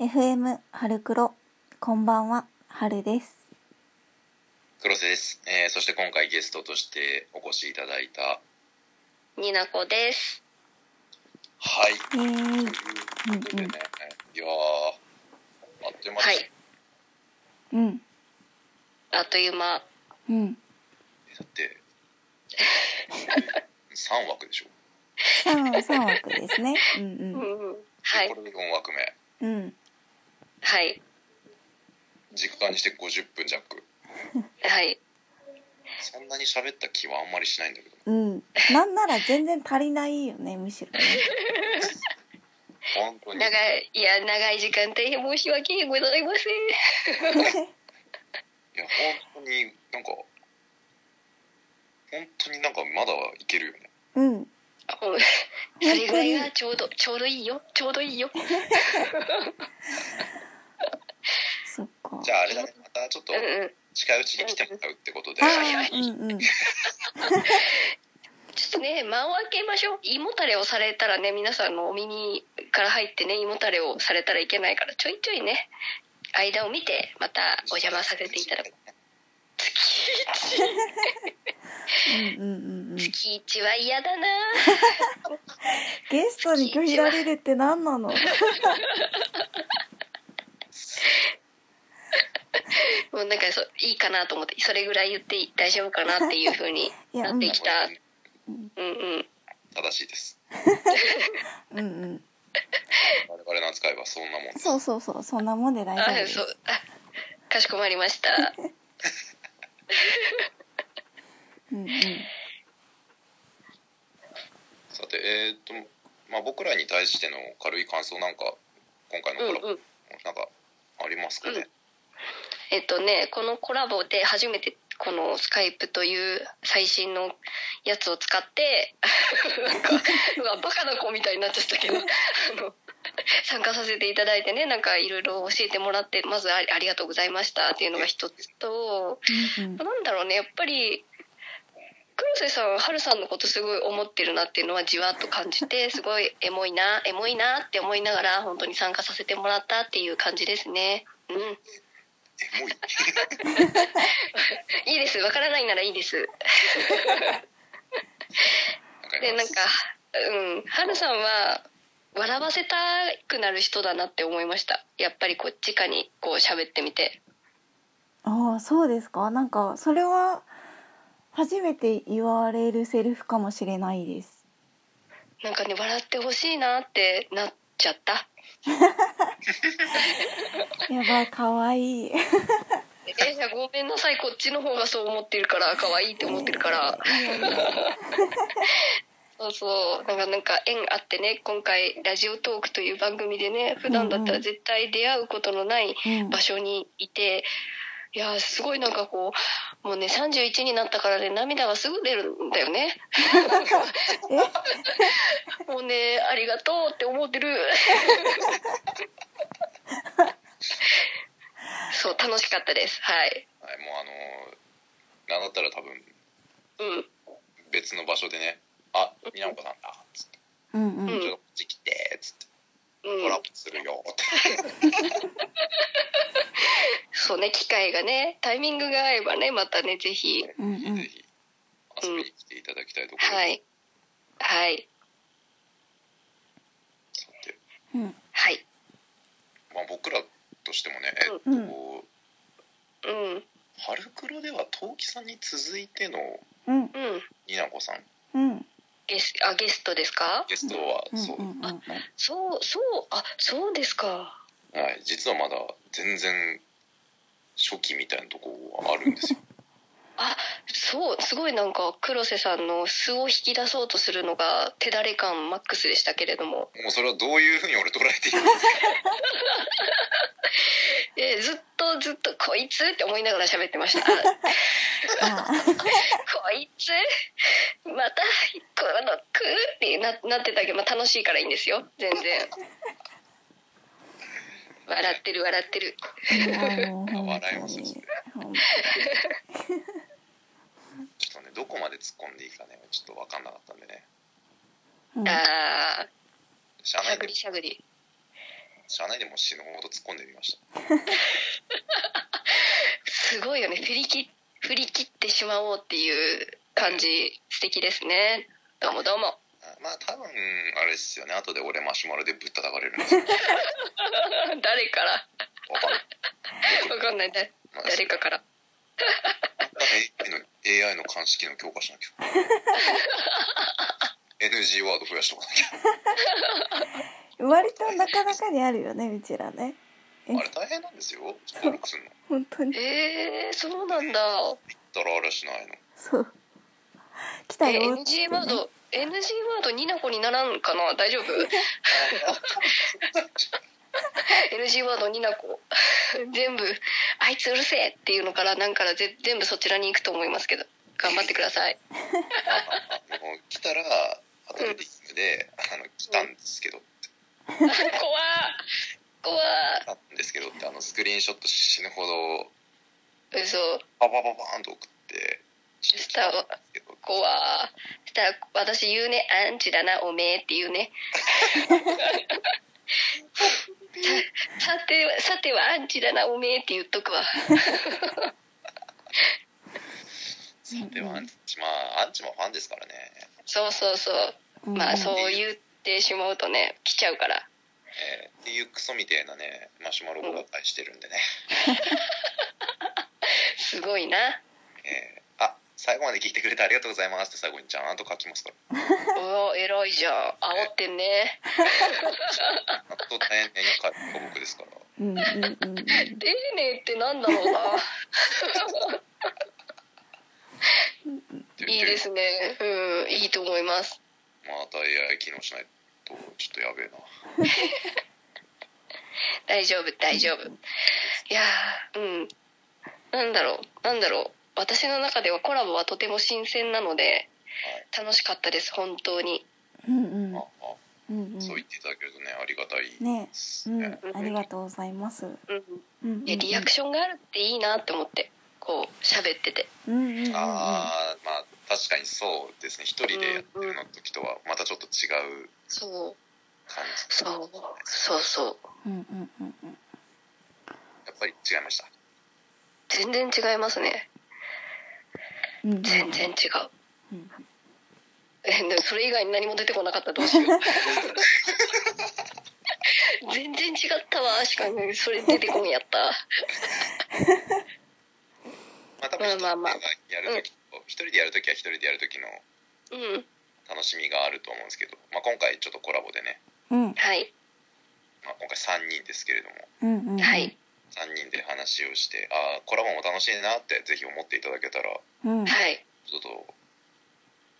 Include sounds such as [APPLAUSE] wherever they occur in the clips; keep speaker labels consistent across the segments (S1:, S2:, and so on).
S1: FM 春黒こんばんは春です
S2: 黒瀬です、えーそして今回ゲストとしてお越しいただいたは
S3: になこです。
S2: い
S1: イエーイ
S2: ということでね、いやーあっという間です、
S3: はい。
S1: うん
S3: あっという間。
S1: うん
S2: だって3枠でしょ、
S1: 三三枠ですね [LAUGHS] うん
S3: [LAUGHS] は
S2: こ
S3: い。
S2: れで4枠目
S1: うんうん
S3: はい。
S2: 時間にして50分弱
S3: はい。
S2: そんなに喋った気はあんまりしないんだけど
S1: うんなんなら全然足りないよねむしろね
S2: 本当に
S3: 長い、いや、長い時間大変申し訳ございません。
S1: [LAUGHS]
S2: いや本当になんか本当になんかまだいけるよね
S1: うん
S3: あもうそれぐらいがちょうど、ちょうどいいよ。ちょうどいいよ。
S1: そっか
S2: じゃああれだねまたちょっと
S3: うんうん。
S2: 近いうちに来てもらうってことで、
S1: あ
S2: はい
S1: ーうんうん
S3: ちょっとね、間を空けましょう。胃もたれをされたらね、皆さんのお耳から入ってね、胃もたれをされたらいけないから、ちょいちょいね、間を見て、またお邪魔させていただく。
S1: うんうんうんうん
S3: 月一は嫌だな
S1: ゲストに拒否られるって何なの
S3: もうなんかそ、いいかなと思って、それぐらい言って大丈夫かなっていうふうに
S1: [LAUGHS] いや
S3: な
S1: う
S3: っ
S1: ん
S3: てきた。
S1: ん
S3: うんうん。
S2: 正しいです
S1: [LAUGHS] うんうん
S2: 我々の扱いはそんなもんです
S1: そうそうそうそんなもんで大丈夫
S3: あ
S1: で
S3: そう
S1: す
S3: あかしこまりました
S1: うんうん
S2: さてえっ、と、まあ、僕らに対しての軽い感想なんか今回のコラボ、
S3: うんうん
S2: なんかありますかね、
S3: えっとねこのコラボで初めてこのスカイプという最新のやつを使って [LAUGHS] なんかうわバカな子みたいになっちゃったけどあの参加させていただいてねなんかいろいろ教えてもらってまずあありがとうございましたっていうのが一つと
S1: うんうん
S3: なんだろうねやっぱり黒瀬さんは春さんのことすごい思ってるなっていうのはじわっと感じてすごいエモいなエモいなって思いながら本当に参加させてもらったっていう感じですね。うん
S2: [LAUGHS] エモい
S3: いいですわからないならいいです
S2: なんか
S3: で
S2: 今
S3: なんかうんはるさんは笑わせたくなる人だなって思いましたやっぱりこう直にこう喋ってみて
S1: ああそうですかなんかそれは初めて言われるセリフかもしれないです
S3: なんかね笑ってほしいなってなっちゃった
S1: やばい可愛い
S3: えいやごめんなさいこっちの方がそう思ってるから可愛いって思ってるからそうそうなんかなんか縁あってね今回ラジオトークという番組でね普段だったら絶対出会うことのない
S1: うん
S3: 場所にいていやーすごいなんかこうもうね31になったからね涙がすぐ出るんだよねもうねありがとうって思って [LAUGHS] るそう楽しかったですはい
S2: はいもうあのーなんだったら多分
S3: うん
S2: 別の場所でね「あみなもこさんだ」っつって
S1: うんうん
S2: 「
S3: ん
S2: ちょっとこっち来て」っつって「コ
S3: う
S2: ラボ
S3: ん
S2: するよ」って
S3: そうね機会がねタイミングが合えばねまたねぜひ
S1: うんうん
S2: ぜひ遊びに来ていただきたいところ
S3: はいはい
S2: さて、
S1: うん
S3: はい
S2: まあ、僕らとしてもね、えっと
S1: うん
S3: うん
S2: 春黒では陶器さんに続いての
S1: うん
S3: うん
S2: になこさん
S1: うん
S3: ゲスあゲストですか
S2: ゲストは
S1: うん
S2: そう、
S1: うんうん
S3: そうそうあそうですか
S2: はい、実はまだ全然初期みたいなとこはあるんです
S1: [LAUGHS]
S2: よ
S3: あそうすごいなんか黒瀬さんの素を引き出そうとするのが手だれ感マックスでしたけれども、
S2: もうそれはどういうふうに俺捉えていいの
S3: えーずっとずっと「こいつ」って思いながら喋ってましたあ
S1: あ
S3: こいつまたこの「く」ってななってたけど、まあ、楽しいからいいんですよ全然笑ってる笑ってる
S1: ーもう
S2: か
S1: 本
S2: 笑い
S1: 当
S2: ますよそ
S1: に
S2: れちょっとねどこまで突っ込んでいいかねちょっと分かんなかったんでね
S1: うん
S3: あー
S2: 社
S3: し
S2: 内
S3: ゃぐ
S2: で
S3: りしゃぐり
S2: 社内でも死ぬほど突っ込んでみました
S3: すごいよね振り切振り切ってしまおうっていう感じ素敵ですねどうもどうも [LAUGHS]
S2: あまあ多分あれですよね後で俺マシュマロでぶったたかれるんですよ
S3: 誰から
S2: わかんない
S3: わかんないだ
S2: まあ
S3: 誰かから
S2: それ AI の AI の鑑識の強化
S1: [LAUGHS]
S2: しなきゃ NG ワード増やしとかなきゃ
S1: 割となかなかにあるよねうちらねえ
S2: あれ大変なんですよ登録するの
S1: 本当に
S3: えー、そうなんだ
S2: だらあらしないの
S1: そう来
S3: え
S1: たよーっつってね
S3: NG ワード NG ワードニナコにならんかな大丈夫 [LAUGHS] NG ワードニナコ全部あいつうるせえっていうのからなんからぜ全部そちらに行くと思いますけど頑張ってください
S2: ああの来たらアトレティックで、あの来たんですけど
S3: 怖怖っ怖っ
S2: 来たんですけどってあのスクリーンショット死ぬほど
S3: 嘘
S2: ババババーンと送って
S3: したわ
S2: けど
S3: 怖っしたら私言うねアンチだなおめえって言うねささてはさてはアンチだなおめえって言っとくわ
S2: さてはアンチまあアンチもファンですからね
S3: そうそうそうまあそう言ってしまうとね来ちゃうから
S2: えーっていうクソみたいなねマシュマロを返してるんでね、
S3: すごいな
S2: えーあ最後まで聞いてくれてありがとうございますって最後にちゃんと書きますから
S3: おお偉いじゃん煽ってんね
S2: あと大変に書くのが僕ですから
S1: うんうんうんうん
S3: 丁寧ってなんだろうないいですねうんいいと思います
S2: また AI 機能しないとちょっとやべえな
S3: 大丈夫大丈夫いやーうんなんだろうなんだろう私の中ではコラボはとても新鮮なので楽しかったです本当に
S1: うんうん
S2: はい、ああ
S1: うんうん
S2: そう言っていただけるとねありがたい
S1: ね
S2: です
S1: うん
S2: ね
S1: ありがとうございます
S3: うん
S1: うんうんうん
S3: いやリアクションがあるっていいなって思ってこう喋ってて
S1: うんうんうんうん
S2: ああまあ確かにそうですね一人でやってるの時とはまたちょっと違う
S3: そう
S2: 感じ
S3: そうそうそ
S1: う
S3: う
S1: んうんうんうん
S2: やっぱり違いました
S3: 全然違いますね
S1: うんうん
S3: 全然違う
S1: うん
S3: えでもそれ以外に何も出てこなかったらどうしよ
S1: [LAUGHS]
S3: う全然違ったわしかもそれ出てこんやった
S2: まあ多分一人で
S3: まあまあまあ
S2: やる時と一人でやる時は一人でやる時の
S3: うん
S2: 楽しみがあると思うんですけど、まあ、今回ちょっとコラボでね、
S1: うん
S3: はい
S2: まあ、今回3人ですけれども
S1: うんうん
S3: はい
S2: 3人で話をしてああコラボも楽しいなってぜひ思っていただけたら
S1: うん
S3: はい
S2: ちょっと、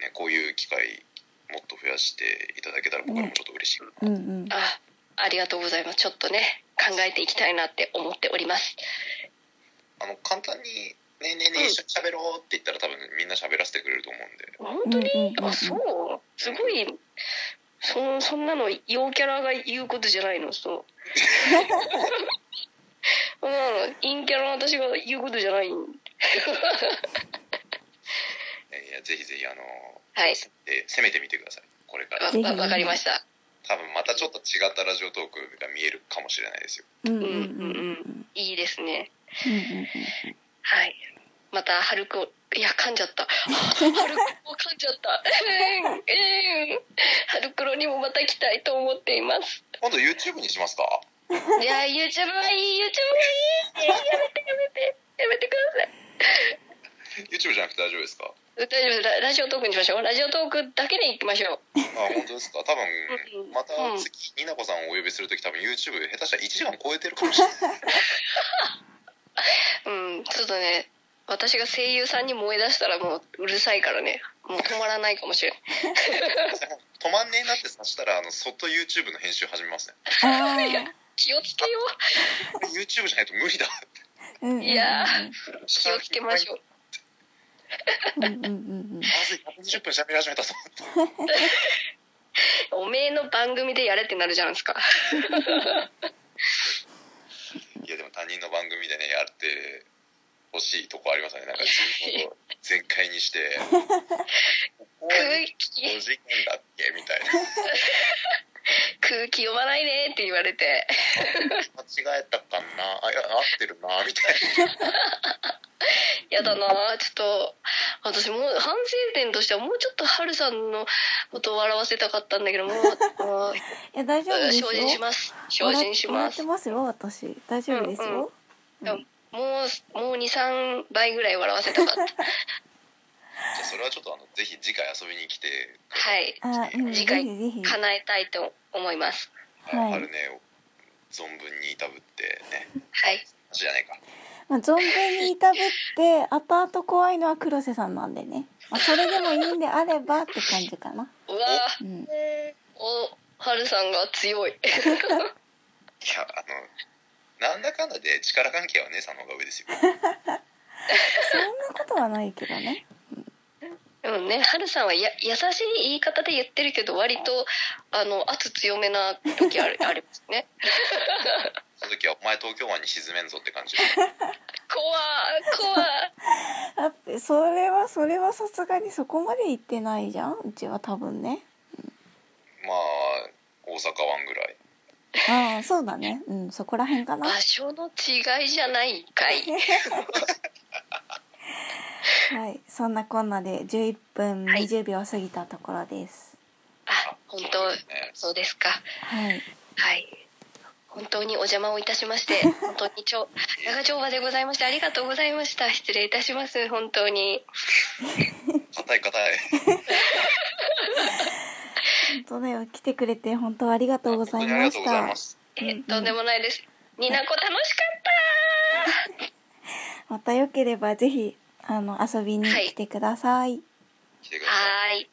S2: ね、こういう機会もっと増やしていただけたら僕らもちょっと嬉しい、
S1: うんうん
S3: あありがとうございますちょっとね考えていきたいなって思っております
S2: あの簡単に「ねえねえねえ一緒に喋ろう」って言ったら多分みんな喋らせてくれると思うんで
S3: 本
S1: うん
S3: 当
S1: うん
S3: に
S1: うん
S3: あそうすごいそそんなの陽キャラが言うことじゃないのそう [LAUGHS] そんなの陰キャラの私が言うことじゃない [LAUGHS]
S2: えーいやぜひぜひあの
S3: はい
S2: で攻めてみてくださいこれから
S1: ぜひ
S3: わわわかりました
S2: 多分またちょっと違ったラジオトークが見えるかもしれないですよ
S1: うんうんうんうんうんうんうん
S3: うんうんうんいいですねはいまた春子いや噛んじゃった [LAUGHS] 春子を噛んじゃったうんうん春黒にもまた来たいと思っています
S2: 今度 YouTube にしますか
S3: いや YouTube はいい YouTube はいいやめてやめてやめてください
S2: YouTube じゃなくて大丈夫ですか
S3: 大丈夫ララジオトークにしましょうラジオトークだけで行きましょう
S2: あ本当ですか多分
S3: うん
S2: また次になこさんをお呼びする時多分 YouTube 下手したら1時間超えてるかもしれない
S3: うんちょっとね私が声優さんに燃え出したらもううるさいからねもう止まらないかもしれない
S2: 止まんねえなって察したらあのそっと YouTube の編集始めますね
S1: あ
S3: 気をつけよ
S2: これ YouTube じゃないと無理だって
S1: ーうんうんうん
S3: ういやー気をつけましょう
S1: うんうんうん
S2: まずい120分喋り始めたぞ
S3: おめえの番組でやれってなるじゃないですか
S2: いやでも他人の番組でねやってほしいとこありますよねなんか自分のこと全開にしてここは
S3: 空気
S2: 5時間だっけみたいな
S3: 空気読まないねって言われて
S2: 間違えたかなあいや合ってるなみたいな
S3: やだなあちょっと私もう反省点としてはもうちょっとハルさんのことを笑わせたかったんだけどもうあ
S1: いや大丈夫
S3: ー
S1: ですよ
S3: 精進します精進し
S1: 笑
S3: ま
S1: っ
S3: す
S1: て
S3: も
S1: ますよ私大丈夫ですよ、
S3: うんうんうもう23倍ぐらい笑わせたかった
S2: じゃあそれはちょっとあのぜひ次回遊びに来て
S3: はい
S1: あうん
S3: 次回
S1: ぜひぜひ
S3: 叶えたいと思います
S1: はい
S2: 春音を存分にいたぶってね
S3: はい
S2: 話じゃないか
S1: まあ、存分にいたぶって後々怖いのは黒瀬さんなんでね、まあ、それでもいいんであればって感じかな、
S3: うわ
S1: う
S3: ー
S1: ん、
S3: おハルさんが強い [LAUGHS]
S2: いやあのなんだかんだで力関係は姉さんの方が上ですよ
S1: そんなことはないけどね
S3: でもねハルさんはや優しい言い方で言ってるけど割とあの圧強めな時あるありますね
S2: その時はお前東京湾に沈めんぞって感じ
S3: 怖い怖い
S1: だってそれはそれはさすがにそこまで行ってないじゃんうちは多分ね
S2: まあ大阪湾ぐらい
S1: ああそうだねうんそこら辺かな
S3: 場所の違いじゃないんかい
S1: はいそんなこんなで11分
S3: はい
S1: 20秒過ぎたところです
S3: あ本当
S2: ね
S3: そうですか
S1: はい
S3: はい本当にお邪魔をいたしま
S1: [LAUGHS]
S3: して本当に長長丁場でございましてありがとうございました失礼いたします本当に
S2: 硬い硬い
S1: 本当だよ来てくれて本当ありがとうござい
S2: 本当にあ
S1: ま
S2: りがとう
S1: し
S2: ござい
S1: た
S2: ます
S3: え
S1: うんうん
S3: とんでもないですになこ楽しかっ
S1: またよければぜひあの遊びに来てください、
S2: 来てく
S3: た
S2: ださい
S1: [LAUGHS]
S3: はーい